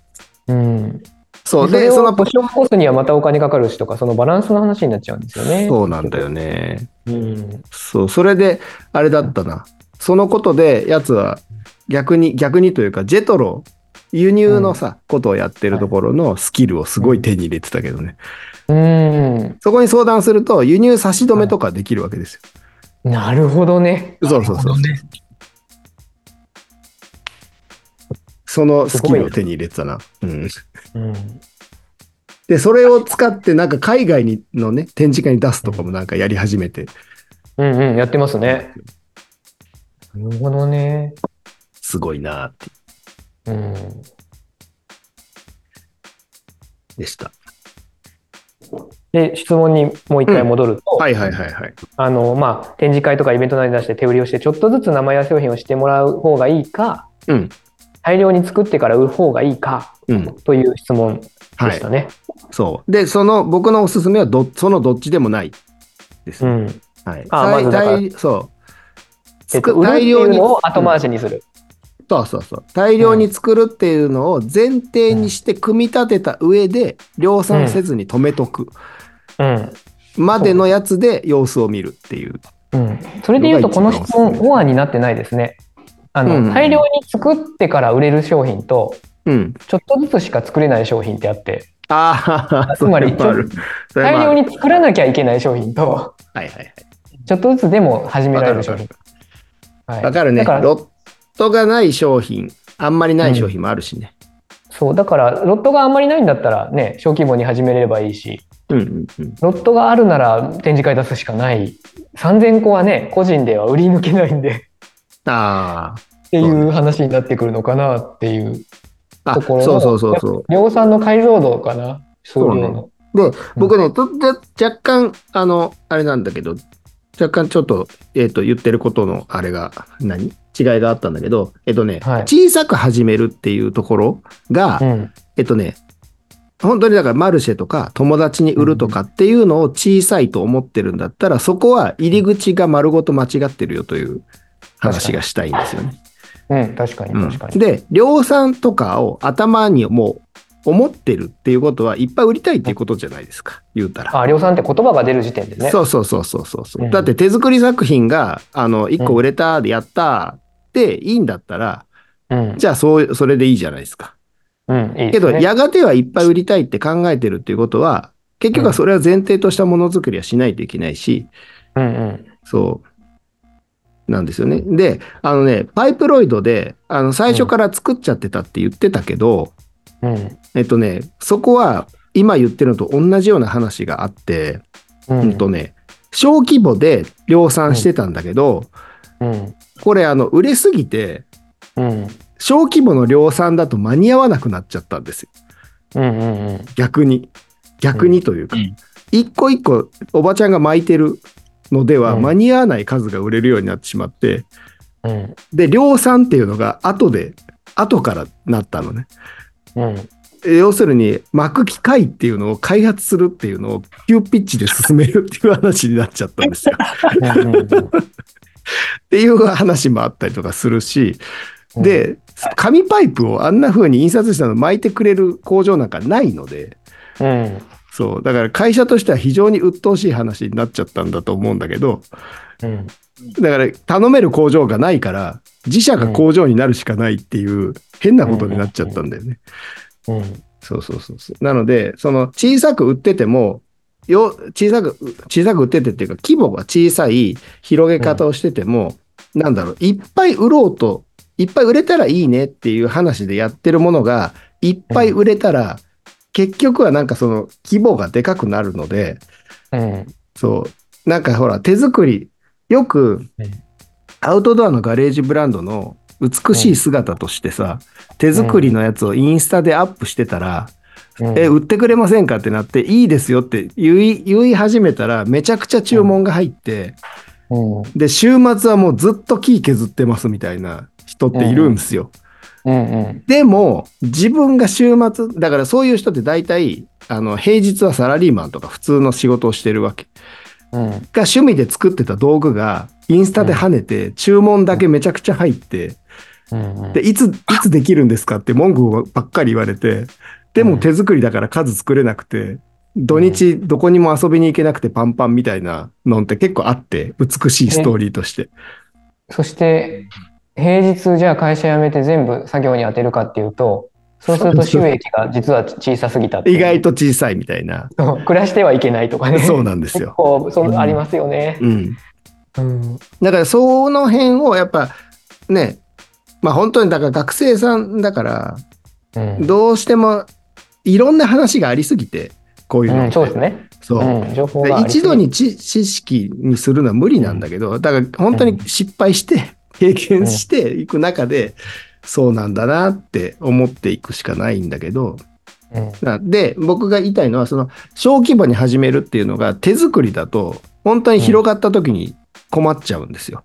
Speaker 3: うん、
Speaker 2: そう。
Speaker 3: れ
Speaker 2: で、
Speaker 3: を
Speaker 2: その、
Speaker 3: 保証を起こすにはまたお金かかるしとかそのバランスの話になっちゃうんですよね。
Speaker 2: そうなんだよね。
Speaker 3: うん
Speaker 2: そう、それで、あれだったな。そのことで、やつは逆に、逆にというか、ジェトロ、輸入のさ、ことをやってるところのスキルをすごい手に入れてたけどね。
Speaker 3: うん、
Speaker 2: そこに相談すると、輸入差し止めとかできるわけですよ。
Speaker 3: なるほどね。
Speaker 2: そうそうそう。そのスキルを手に入れてたな。うん。
Speaker 3: うん、
Speaker 2: で、それを使って、なんか海外にのね、展示会に出すとかもなんかやり始めて。
Speaker 3: うん、うん、やってますね。なるほどね。
Speaker 2: すごいなーって、
Speaker 3: うん、
Speaker 2: でした。
Speaker 3: で質問にもう一回戻ると、
Speaker 2: はいはいはいはい。
Speaker 3: あのまあ、展示会とかイベントなどに出して手売りをしてちょっとずつ名前や商品をしてもらう方がいいか
Speaker 2: うん。
Speaker 3: 大量に作ってから売る方がいいか
Speaker 2: うん。
Speaker 3: という質問で
Speaker 2: はい
Speaker 3: し。たね。
Speaker 2: そう。で、その、僕のおすすめはど、そのどっちでもないです。
Speaker 3: うん
Speaker 2: はい。
Speaker 3: あまずだから
Speaker 2: 大そう。
Speaker 3: えっと
Speaker 2: つく
Speaker 3: 売るって
Speaker 2: 大
Speaker 3: い
Speaker 2: 量
Speaker 3: う
Speaker 2: に
Speaker 3: のを後回しにする。
Speaker 2: そうそうそう。大量に作るっていうのを前提にして組み立てた上で、量産せずに止めとく
Speaker 3: うん。
Speaker 2: までのやつで様子を見るっていう。
Speaker 3: うん。それで言うと、この質問、オアになってないですね。あの、
Speaker 2: うん
Speaker 3: 大量に作ってから売れる商品と、
Speaker 2: うん。
Speaker 3: ちょっとずつしか作れない商品ってあって、
Speaker 2: ああ、
Speaker 3: つまり
Speaker 2: それもある。それもあ
Speaker 3: 大
Speaker 2: る
Speaker 3: 量。に作らなきゃいけない商品と、
Speaker 2: はいはい
Speaker 3: ちょっとずつでも始められる商
Speaker 2: わ
Speaker 3: 品。
Speaker 2: はい。
Speaker 3: は
Speaker 2: わ
Speaker 3: い、
Speaker 2: かるね。
Speaker 3: だから
Speaker 2: ロットがない商品、あんまりない商品もあるしね。
Speaker 3: そう、だから、ロットがあんまりないんだったら、ね、小規模に始めれればいいし、
Speaker 2: うんうんうん。
Speaker 3: ロットがあるなら展示会出すしかない。3000個はね、個人では売り抜けないんで、
Speaker 2: あ
Speaker 3: っていう話になってくるのかなっていう。
Speaker 2: あ。あ、
Speaker 3: ところの
Speaker 2: そうそうそうそう。
Speaker 3: 量産の解像度かな、数量の。
Speaker 2: で、僕ね、とじゃ若干、あの、あれなんだけど、若干ちょっと、えっ、と、言ってることの、あれが、何違いがあったんだけど、えっ、とね、
Speaker 3: はい
Speaker 2: 小さく始めるっていうところが、
Speaker 3: うん。
Speaker 2: えっ、とね、本当にだからマルシェとか友達に売るとかっていうのを小さいと思ってるんだったら、そこは入り口が丸ごと間違ってるよという話がしたいんですよね。
Speaker 3: うん、確かに
Speaker 2: うん
Speaker 3: 確かに。
Speaker 2: で量産とかを頭にもう思ってるっていうことはいっぱい売りたいっていうことじゃないですか言うたら。
Speaker 3: あ、量産って言葉が出る時点でね。
Speaker 2: そうそうそうそうそうそう、
Speaker 3: うん
Speaker 2: だって手作り作品があの1個売れたでやったでいいんだったら、
Speaker 3: うん。
Speaker 2: じゃあそうそれでいいじゃないですか。
Speaker 3: うん、いいで
Speaker 2: け
Speaker 3: す
Speaker 2: ど、
Speaker 3: ね。
Speaker 2: やがてはいっぱい売りたいって考えてるっていうことは結局はそれは前提としたものづくりはしないといけないし、
Speaker 3: うんうん。
Speaker 2: そう。なんですよね。で、あのね、パイプロイドで、あの、最初から作っちゃってたって言ってたけど、
Speaker 3: うん。
Speaker 2: えっとね、そこは今言ってるのと同じような話があって、
Speaker 3: う
Speaker 2: うん、とね、小規模で量産してたんだけど、
Speaker 3: うん。
Speaker 2: これあの、売れすぎて、
Speaker 3: うん。
Speaker 2: 小規模の量産だと間に合わなくなっちゃったんですよ。
Speaker 3: うんうんうん。
Speaker 2: 逆に。逆にというか、
Speaker 4: うん
Speaker 2: 一個一個おばちゃんが巻いてるのでは
Speaker 3: うん
Speaker 2: 間に合わない数が売れるようになってしまって、
Speaker 3: うん。
Speaker 2: で、量産っていうのが後で、後からなったのね。
Speaker 3: うん。
Speaker 2: え要するに、巻く機械っていうのを開発するっていうのを急ピッチで進めるっていう話になっちゃったんですよ。
Speaker 3: うんうんうん
Speaker 2: っていう話もあったりとかするし、で、紙パイプをあんな風に印刷したの巻いてくれる工場なんかないので、
Speaker 3: うん。
Speaker 2: そう、だから会社としては非常に鬱陶しい話になっちゃったんだと思うんだけど、
Speaker 3: うん。
Speaker 2: だから頼める工場がないから、自社が工場になるしかないっていう変なことになっちゃったんだよね。
Speaker 3: うん。
Speaker 2: そうそうそうそう。なので、その小さく売ってても、よ小さく、小さく売っててっていうか、規模が小さい広げ方をしてても、なんだろう、いっぱい売ろうと、いっぱい売れたらいいねっていう話でやってるものが、いっぱい売れたら、結局はなんかその規模がでかくなるので、
Speaker 3: うん。
Speaker 2: そう、なんかほら、手作り、よく
Speaker 3: うん、
Speaker 2: アウトドアのガレージブランドの美しい姿としてさ、手作りのやつをインスタでアップしてたら、
Speaker 3: うん
Speaker 2: え、売ってくれませんかってなって、いいですよって言い、言い始めたら、めちゃくちゃ注文が入って、
Speaker 3: うん。
Speaker 2: で、週末はもうずっと木削ってますみたいな人っているんですよ。
Speaker 3: うんうん。
Speaker 2: でも、自分が週末、だからそういう人って大体、あの、平日はサラリーマンとか普通の仕事をしてるわけ。
Speaker 3: うん。
Speaker 2: が趣味で作ってた道具が、インスタで跳ねて、注文だけめちゃくちゃ入って、
Speaker 3: うん。
Speaker 2: で、いつ、いつできるんですかって文句ばっかり言われて、で
Speaker 3: う
Speaker 2: も
Speaker 3: ん
Speaker 2: 手作りだから数作れなくて、土日どこにも遊びに行けなくてパンパンみたいなのって結構あって、美しいストーリーとして。
Speaker 3: そして、平日じゃあ会社辞めて全部作業に当てるかっていうと、そうすると収益が実は小さすぎたっていう
Speaker 2: 意外と小さいみたいな。
Speaker 3: そう暮らしてはいけないとかね。
Speaker 2: そうなんです
Speaker 3: 結
Speaker 2: よ。
Speaker 3: 構、そうありますよね。
Speaker 2: うん。
Speaker 3: うん。
Speaker 2: だからその辺をやっぱね、まあ本当にだから学生さんだから、
Speaker 3: うん。
Speaker 2: どうしてもいろんな話がありすぎて、こういうのっ
Speaker 3: う
Speaker 2: て、
Speaker 3: んそうですね。
Speaker 2: そう。
Speaker 3: うん。情報
Speaker 2: で
Speaker 3: がありすぎ
Speaker 2: 一
Speaker 3: て
Speaker 2: 度に知知識にするのは無理なんだけど、だから本当に失敗して、経験していく中で、そうなんだなって思っていくしかないんだけど、
Speaker 3: うん。
Speaker 2: なで、僕が言いたいのは、その小規模に始めるっていうのが手作りだと、本当に広がった時に困っちゃうんですよ。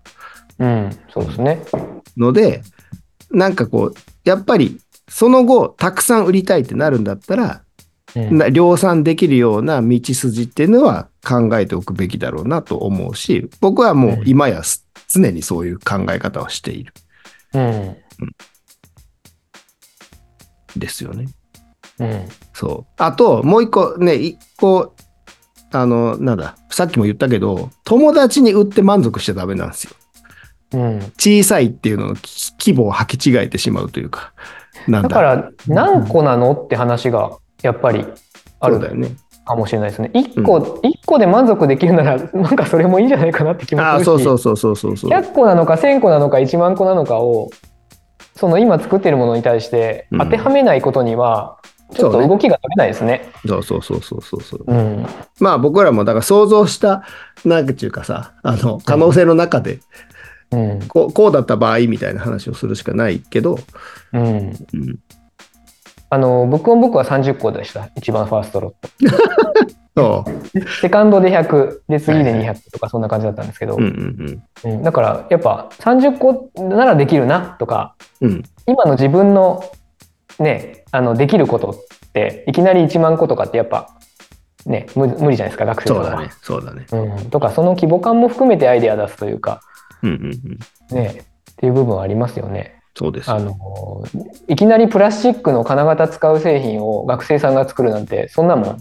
Speaker 3: うん。そうですね。
Speaker 2: ので、なんかこう、やっぱりその後、たくさん売りたいってなるんだったら、
Speaker 3: うん
Speaker 2: な量産できるような道筋っていうのは考えておくべきだろうなと思うし、僕はもう今やす常にそういう考え方をしている。
Speaker 3: うん。
Speaker 2: ですよね。
Speaker 3: うん。
Speaker 2: そう。あと、もう一個ね、一個、あの、なんだ、さっきも言ったけど、友達に売って満足しちゃダメなんですよ。
Speaker 3: うん。
Speaker 2: 小さいっていうののき規模を履き違えてしまうというか。なん
Speaker 3: だ
Speaker 2: だ
Speaker 3: から、何個なのって話が、やっぱりあ
Speaker 2: そう
Speaker 3: る
Speaker 2: だよね。
Speaker 3: かもしれないですね。一個、一個で満足できるなら、 なんかそれもいいんじゃないかなって気もするし。
Speaker 2: ああ、そうそうそうそうそうそう。
Speaker 3: 100個なのか1000個なのか1万個なのかをその今作ってるものに対して
Speaker 2: うん
Speaker 3: 当てはめないことにはちょっ
Speaker 2: そう
Speaker 3: と
Speaker 2: ね
Speaker 3: 動きが取れないですね。
Speaker 2: そうそうそうそうそうそう。
Speaker 3: うん
Speaker 2: まあ僕らもだから想像した、なんていうかさ、あの、可能性の中で、
Speaker 3: うん
Speaker 2: こうこうだった場合みたいな話をするしかないけど、
Speaker 3: うん
Speaker 2: うん
Speaker 3: あのブックオンブックは30個でした一番ファーストロッ
Speaker 2: そ
Speaker 3: トセカンドで100で次で
Speaker 2: はいは
Speaker 3: 200とかそんな感じだったんですけど、
Speaker 2: う。うんうん
Speaker 3: うんだからやっぱ30個ならできるなとか
Speaker 2: うん。うん。
Speaker 3: 今の自分のねあのできることっていきなり1万個とかってやっぱね無無理じゃないですか学生と
Speaker 2: そう
Speaker 3: か
Speaker 2: だね。そうだね。
Speaker 3: うん、とかその規模感も含めてアイデア出すというか、
Speaker 2: うんうんうん。
Speaker 3: ね、っていう部分はありますよね。
Speaker 2: そうですよ。
Speaker 3: あのいきなりプラスチックの金型使う製品を学生さんが作るなんてそんなもん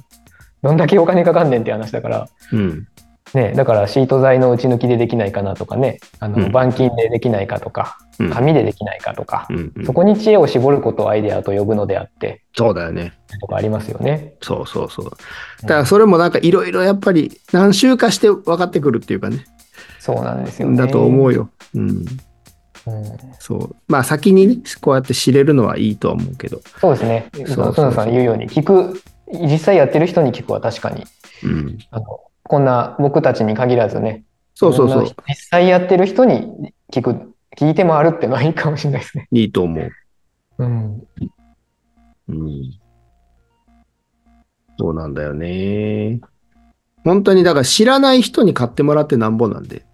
Speaker 3: どんだけお金かかんねんって話だから、
Speaker 2: うん。
Speaker 3: ね、だからシート材の打ち抜きでできないかなとかねあの、
Speaker 2: うん
Speaker 3: 板金でできないかとか
Speaker 2: うん
Speaker 3: 紙でできないかとか、
Speaker 2: うんうん
Speaker 3: そこに知恵を絞ることをアイデアと呼ぶのであって
Speaker 2: そうだよね。
Speaker 3: とかありますよね。
Speaker 2: そうそうそう。だからそれもなんかいろいろやっぱり何周かして分かってくるっていうかね。
Speaker 3: そうなんですよね
Speaker 2: だと思うよ。うん。
Speaker 3: うん
Speaker 2: そう。まあ先にね、こうやって知れるのはいいとは思うけど。
Speaker 3: そうですね。
Speaker 2: うそうそう
Speaker 3: 角田さん言うように聞く実際やってる人に聞くは確かに
Speaker 2: うん。
Speaker 3: あのこんな僕たちに限らずね
Speaker 2: そうそうそ
Speaker 3: いろん
Speaker 2: う
Speaker 3: な。実際やってる人に聞く聞いて回るってのはいいかもしれないですね。
Speaker 2: いいと思う。
Speaker 3: うん、
Speaker 2: うん。そうなんだよね。本当にだから知らない人に買ってもらってなんぼなんで。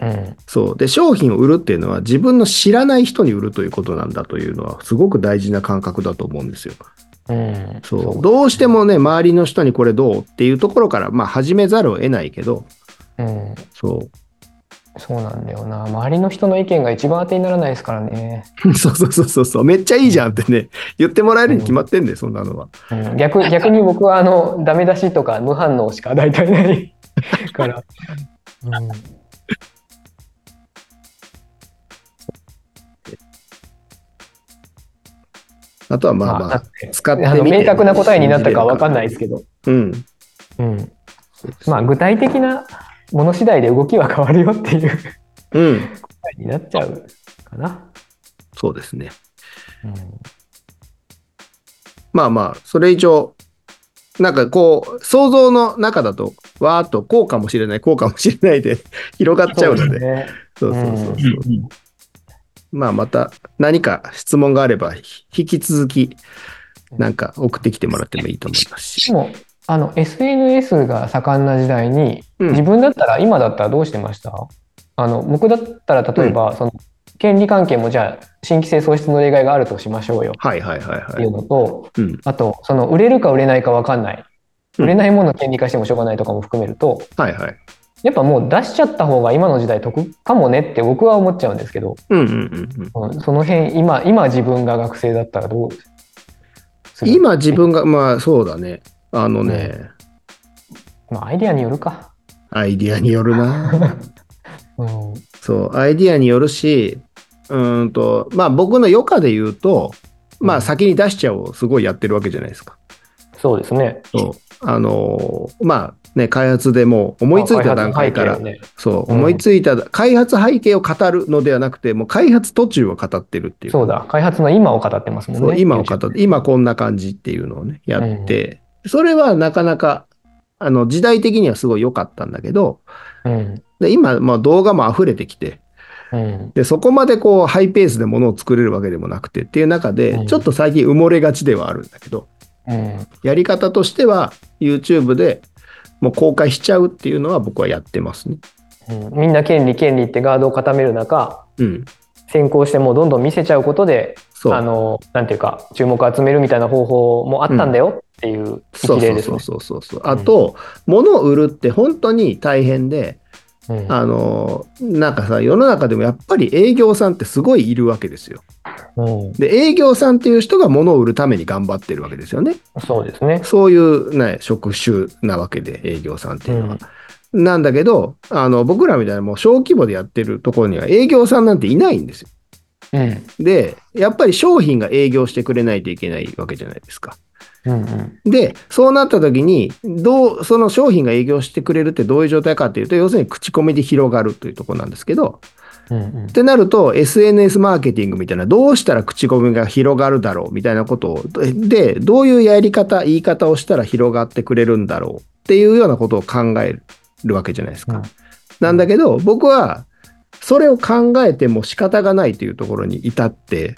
Speaker 3: うん、
Speaker 2: そう。で、商品を売るっていうのは自分の知らない人に売るということなんだというのはすごく大事な感覚だと思うんですよ。
Speaker 3: うん、
Speaker 2: そう
Speaker 3: そう
Speaker 2: どうしてもね、周りの人にこれどうっていうところから、まあ始めざるを得ないけど、
Speaker 3: うん、
Speaker 2: そ
Speaker 3: そうなんだよな。周りの人の意見が一番当てにならないですからね。
Speaker 2: う。 そうそうそうそうそう。めっちゃいいじゃんってね、言ってもらえるに決まってんだよ、そんなのは。
Speaker 3: うん、逆 逆に僕はあのダメ出しとか無反応しか大体ないから。うん
Speaker 2: あとはまあま
Speaker 3: な
Speaker 2: あ
Speaker 3: ん、で
Speaker 2: 使ってみ
Speaker 3: あの
Speaker 2: て
Speaker 3: 明確な答えになったかは分かんないですけど、
Speaker 2: うん。
Speaker 3: うん、まあ具体的なもの次第で動きは変わるよっていう
Speaker 2: うん。
Speaker 3: 答えになっちゃうかな。
Speaker 2: そうですね。
Speaker 3: うん
Speaker 2: まあまあ、それ以上、なんかこう、想像の中だと、わーっとこうかもしれない、こうかもしれないで 広 がっちゃうの
Speaker 3: そ
Speaker 2: で、
Speaker 3: ね
Speaker 2: そう
Speaker 3: うです
Speaker 2: そう
Speaker 3: ね
Speaker 2: そうそう。まあまた何か質問があれば、引き続き、なんか送ってきてもらってもいいと思いますし
Speaker 3: で。もあの SNS が盛んな時代に、
Speaker 2: うん
Speaker 3: 自分だったら今だったらどうしてましたあの僕だったら例えば、その権利関係もじゃあ新規性創出の例外があるとしましょうよ
Speaker 2: はいはいはい
Speaker 3: っ
Speaker 2: は
Speaker 3: てい
Speaker 2: い。
Speaker 3: うのと、
Speaker 2: うん。
Speaker 3: あとその売れるか売れないか分かんない
Speaker 2: うん
Speaker 3: 売れないものを権利化してもしょうがないとかも含めると、
Speaker 2: はいはい。
Speaker 3: やっぱもう出しちゃった方が今の時代得かもねって僕は思っちゃうんですけど、
Speaker 2: うんうんうんうん。
Speaker 3: うんその辺今今自分が学生だったらどうする、
Speaker 2: 今自分が、まあそうだね。あのね、
Speaker 3: まあ、アイデアによるか、
Speaker 2: アイディアによるな。
Speaker 3: うん
Speaker 2: そう、アイディアによるし、うーんと、まあ僕の余暇で言うと、まあ先に出しちゃおうをすごいやってるわけじゃないですか。
Speaker 3: そうですね
Speaker 2: そう。あのーまあね、開発でもう思いついた段階から、
Speaker 3: まあ開発の背景をね
Speaker 2: そう、
Speaker 3: うん
Speaker 2: 思いついた、開発背景を語るのではなくて、もう開発途中を語ってるっていう。
Speaker 3: そうだ開発の今を語ってますもん
Speaker 2: そう
Speaker 3: ね
Speaker 2: 今を語って、今こんな感じっていうのをね、やって、それはなかなか、あの、時代的にはすごい良かったんだけど、
Speaker 3: うん
Speaker 2: で今、まあ動画も溢れてきて、
Speaker 3: うん
Speaker 2: で、そこまでこう、ハイペースでものを作れるわけでもなくてっていう中
Speaker 3: う
Speaker 2: で
Speaker 3: ん、
Speaker 2: ちょっと最近埋もれがちではあるんだけど、
Speaker 3: うん
Speaker 2: やり方としては、YouTube でもう公開しちゃうっていうのは僕はやってますね。
Speaker 3: うんみんな権利権利ってガードを固める中
Speaker 2: うん。
Speaker 3: 先行してもうどんどん見せちゃうことで
Speaker 2: そう。
Speaker 3: あのなんていうか注目を集めるみたいな方法もあったんだよっていう
Speaker 2: そ
Speaker 3: 一
Speaker 2: う
Speaker 3: 例
Speaker 2: そうそ
Speaker 3: ですね
Speaker 2: う。そうそうそう。あと、物を売るって本当に大変で、
Speaker 3: うん
Speaker 2: あの、なんかさ、世の中でもやっぱり営業さんってすごいいるわけですよ。
Speaker 3: うん、
Speaker 2: で、営業さんっていう人が物を売るために頑張ってるわけですよね。
Speaker 3: そうですね。
Speaker 2: そういう、ね、職種なわけで、営業さんっていうのは。
Speaker 3: うん
Speaker 2: なんだけど、あの、僕らみたいなもう小規模でやってるところには営業さんなんていないんですよ。
Speaker 3: うん、
Speaker 2: で、やっぱり商品が営業してくれないといけないわけじゃないですか。
Speaker 3: うん、うん、
Speaker 2: で、そうなった時に、どう、その商品が営業してくれるってどういう状態かっていうと、要するに口コミで広がるというところなんですけど、
Speaker 3: うんうん
Speaker 2: っ。てなると、SNS マーケティングみたいな、どうしたら口コミが広がるだろうみたいなことを、で、どういうやり方、言い方をしたら広がってくれるんだろうっていうようなことを考えるわけじゃないですか。
Speaker 3: うん
Speaker 2: なんだけど、僕は、それを考えても仕方がないというところに至って、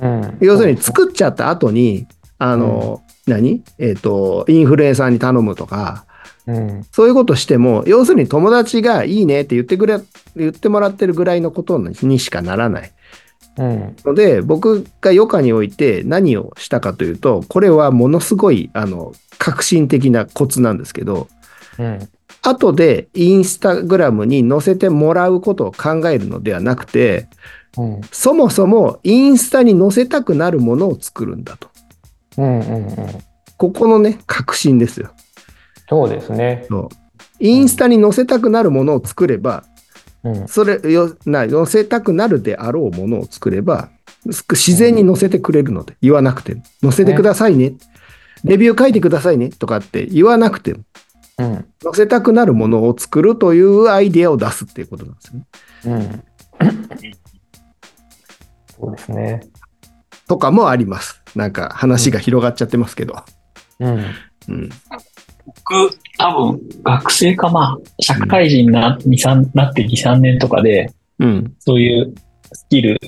Speaker 3: うん
Speaker 2: 要するに作っちゃった後に、あの、何えっ、と、インフルエンサーに頼むとか、
Speaker 3: うん、
Speaker 2: そういうことしても、要するに友達がいいねって言ってくれ、言ってもらってるぐらいのことにしかならない。
Speaker 3: うん、
Speaker 2: ので、僕が余暇において何をしたかというと、これはものすごい、あの、革新的なコツなんですけど、
Speaker 3: うん、
Speaker 2: 後でインスタグラムに載せてもらうことを考えるのではなくて、
Speaker 3: うん、
Speaker 2: そもそもインスタに載せたくなるものを作るんだと。
Speaker 3: うん、うん。
Speaker 2: ここのね、革新ですよ。
Speaker 3: そうですね。
Speaker 2: そうインスタに載せたくなるものを作れば、
Speaker 3: うん、
Speaker 2: それよな載せたくなるであろうものを作ればす自然に載せてくれるので言わなくても載せてくださいねレビュー書いてくださいねとかって言わなくても
Speaker 3: うん、
Speaker 2: 載せたくなるものを作るというアイデアを出すっていうことなんですよね。
Speaker 3: うん。そうですね。
Speaker 2: とかもあります。なんか話が広がっちゃってますけど。
Speaker 3: うん、
Speaker 2: うん、
Speaker 4: 僕、多分、学生かな。社会人な、二三なって2、3年とかで、
Speaker 2: うん、
Speaker 4: そういうスキル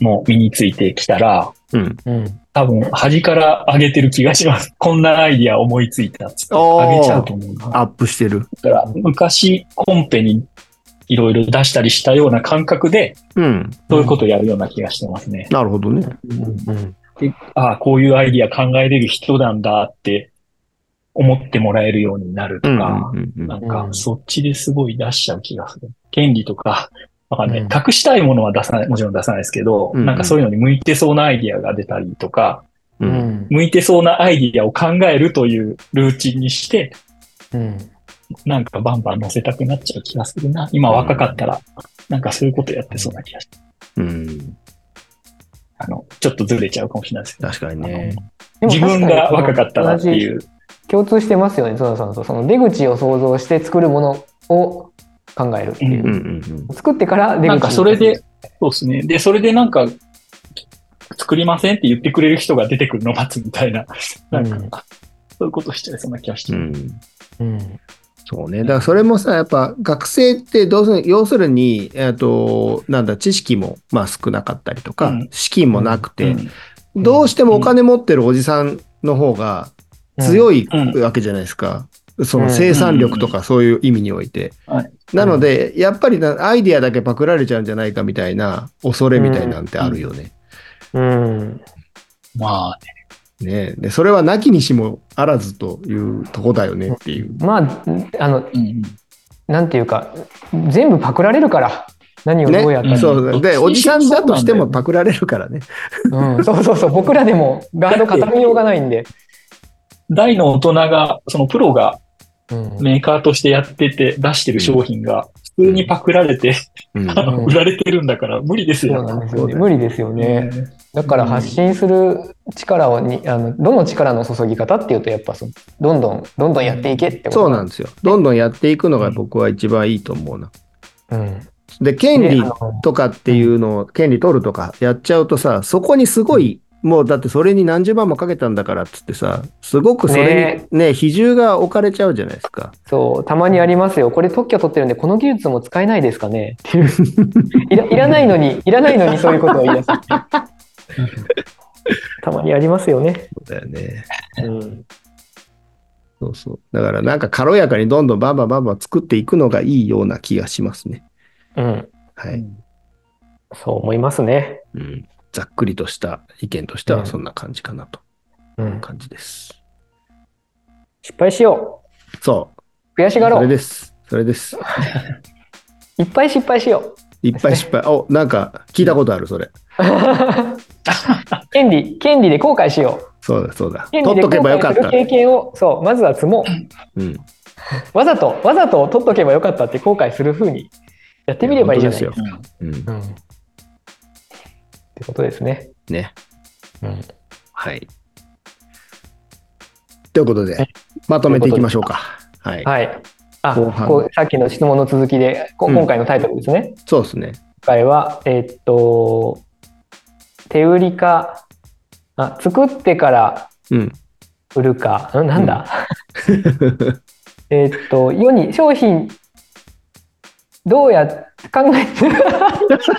Speaker 4: も身についてきたら、
Speaker 2: うん。
Speaker 3: うん、
Speaker 4: 多分、端から上げてる気がします。こんなアイディア思いついたっつって、
Speaker 2: おー
Speaker 4: 上げちゃうと思うな。
Speaker 2: アップしてる。
Speaker 4: だから、昔、コンペにいろいろ出したりしたような感覚で、
Speaker 2: うん、
Speaker 4: そういうことをやるような気がしてますね。
Speaker 2: なるほどね。
Speaker 3: うん、
Speaker 4: でああ、こういうアイディア考えれる人なんだって思ってもらえるようになると
Speaker 2: うん、う
Speaker 4: か、
Speaker 2: ん、うん
Speaker 4: なんか
Speaker 3: う、ん
Speaker 4: そっちですごい出しちゃう気がする。権利とか、わかんない。
Speaker 3: うん
Speaker 4: 隠したいものは出さない、もちろん出さないですけど、
Speaker 2: うんうん
Speaker 4: なんかそういうのに向いてそうなアイディアが出たりとか、
Speaker 2: う、
Speaker 3: うんん、
Speaker 4: 向いてそうなアイディアを考えるというルーチンにして、
Speaker 3: うん。。
Speaker 4: なんかバンバン載せたくなっちゃう気がするな。今若かったら、なんかそういうことやってそうな気がして、
Speaker 2: うん。
Speaker 4: あの、ちょっとずれちゃうかもしれないですけど。
Speaker 2: 確かにね。
Speaker 4: 自分が若かったなっていうう。
Speaker 3: 共通してますよね、そうそうそう。その出口を想像して作るものを考えるっていうう。
Speaker 2: ん、うん、うん。
Speaker 3: 作ってから出口
Speaker 4: なんかそれで、そうですね。で、それでなんか、作りませんって言ってくれる人が出てくるのを待つみたいな、
Speaker 3: う
Speaker 4: なんんか、そういうことしちゃいそうな気がして
Speaker 2: う
Speaker 4: る。
Speaker 2: ん
Speaker 3: うん、
Speaker 2: そうね。だからそれもさ、やっぱ学生ってどうする、要するに、えっと、なんだ、知識もまあ少なかったりとか、
Speaker 4: うん
Speaker 2: 資金もなくて、
Speaker 4: うん
Speaker 2: どうしてもお金持ってるおじさんの方が強
Speaker 3: い。
Speaker 2: い
Speaker 4: うん
Speaker 2: わけじゃないですか。その
Speaker 3: うん
Speaker 2: 生産力とかそういう意味において。
Speaker 4: はい
Speaker 2: なので、やっぱりなアイディアだけパクられちゃうんじゃないかみたいな恐れみたいなんてあるよね。
Speaker 3: うん、
Speaker 4: まあね、
Speaker 2: ねで、それはなきにしもあらずというとこだよねっていう。
Speaker 3: まあ、あの、
Speaker 4: うん
Speaker 3: なんていうか、全部パクられるから、何を
Speaker 2: ね
Speaker 3: どうやったら、
Speaker 4: ん
Speaker 2: そう。で、おじさんだと
Speaker 4: そうな
Speaker 2: して
Speaker 4: んだよ
Speaker 2: も
Speaker 4: ね
Speaker 2: パクられるからね。
Speaker 3: うん、そうそうそう、僕らでもガード固めようがないんで。
Speaker 4: 大の大人が、そのプロが
Speaker 3: うん
Speaker 4: メーカーとしてやってて出してる商品が普通にパクられて、
Speaker 2: うん
Speaker 4: あ の売られてるんだから無理です
Speaker 3: そう
Speaker 4: よ。
Speaker 3: なんですよね。無理ですよね。だから発信する力をに、あの、どの力の注ぎ方っていうと、やっぱその、どんどん、どんどんやっていけってこと。
Speaker 2: そうなん
Speaker 3: で
Speaker 2: ですよ。どんどんやっていくのが僕は一番いいと思うな。で、権
Speaker 3: うん。
Speaker 2: 利
Speaker 3: であの
Speaker 2: とかっていうのを、権利取るとかやっちゃうとさ、そこにすごい、もうだってそれに何十万もかけたんだからっつってさ、すごくそれにね、比重が置かれちゃうじゃないですか。
Speaker 3: そう、たまにありますよ。これ特許取ってるんで、この技術も使えないですかねっていう。 いらいらないのに、いらないのにそういうことを言い出す。たまにありますよね。
Speaker 2: そうだよね。
Speaker 3: うん。
Speaker 2: そうそう。だからなんか軽やかにどんどんバンバンバンバン作っていくのがいいような気がしますね。
Speaker 3: うん。
Speaker 2: は
Speaker 4: う
Speaker 2: い。
Speaker 4: ん
Speaker 3: そう思いますね。
Speaker 2: うん、ざっくりとした意見としてはそんな感じかなと
Speaker 3: うん。
Speaker 2: 感じです。
Speaker 3: 失敗しよ
Speaker 2: そう。
Speaker 3: う。悔しが
Speaker 2: そ
Speaker 3: ろ
Speaker 2: れ
Speaker 3: う。
Speaker 2: です。それです。
Speaker 3: いっぱい失敗しよう。
Speaker 2: いっぱい失敗。お、なんか聞いたことある、それ。
Speaker 3: 権利、権利で後悔しよう。
Speaker 2: そうだ、そうだ。
Speaker 3: 権
Speaker 2: 取
Speaker 3: 利
Speaker 2: っ
Speaker 3: で
Speaker 2: と
Speaker 3: 後
Speaker 2: けばよか
Speaker 3: 悔
Speaker 2: っ
Speaker 3: する
Speaker 2: た。
Speaker 3: 経験を、そう、まずは積もう。
Speaker 2: うん。
Speaker 3: わざと、わざと取っとけばよかったって後悔するふうにやってみればいいじゃない
Speaker 2: いや
Speaker 4: うんうん
Speaker 2: うん。
Speaker 3: うんってことですね。
Speaker 2: ね。
Speaker 3: うん
Speaker 2: はい。ということで、まとめていきましょうか。はい。
Speaker 3: はい。あ
Speaker 2: 後半
Speaker 3: こうさっきの質問の続きで、こ
Speaker 2: うん
Speaker 3: 今回のタイトルですね。
Speaker 2: そうですね。
Speaker 3: 今回は、えーっと、手売りか、あ、作ってから
Speaker 2: うん。
Speaker 3: 売るか、んなんだ、えーっと、世に商品、どうやって考えて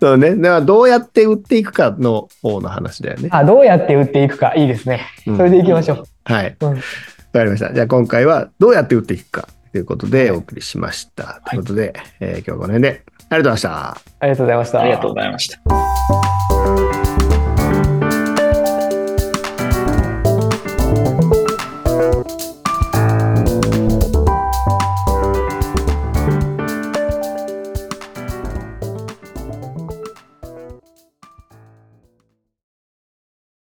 Speaker 2: そうね。だからどうやって売っていくかの方の話だよね。
Speaker 3: あ、どうやって売っていくか、いいですね。
Speaker 2: うん
Speaker 3: それでいきましょう。
Speaker 2: はい。
Speaker 3: う
Speaker 2: わ、
Speaker 3: ん
Speaker 2: かりました。じゃあ今回はどうやって売っていくかということでお送りしました。ということで、えー今日はこの辺でありがとうございました。
Speaker 3: ありがとうございました。
Speaker 4: ありがとうございました。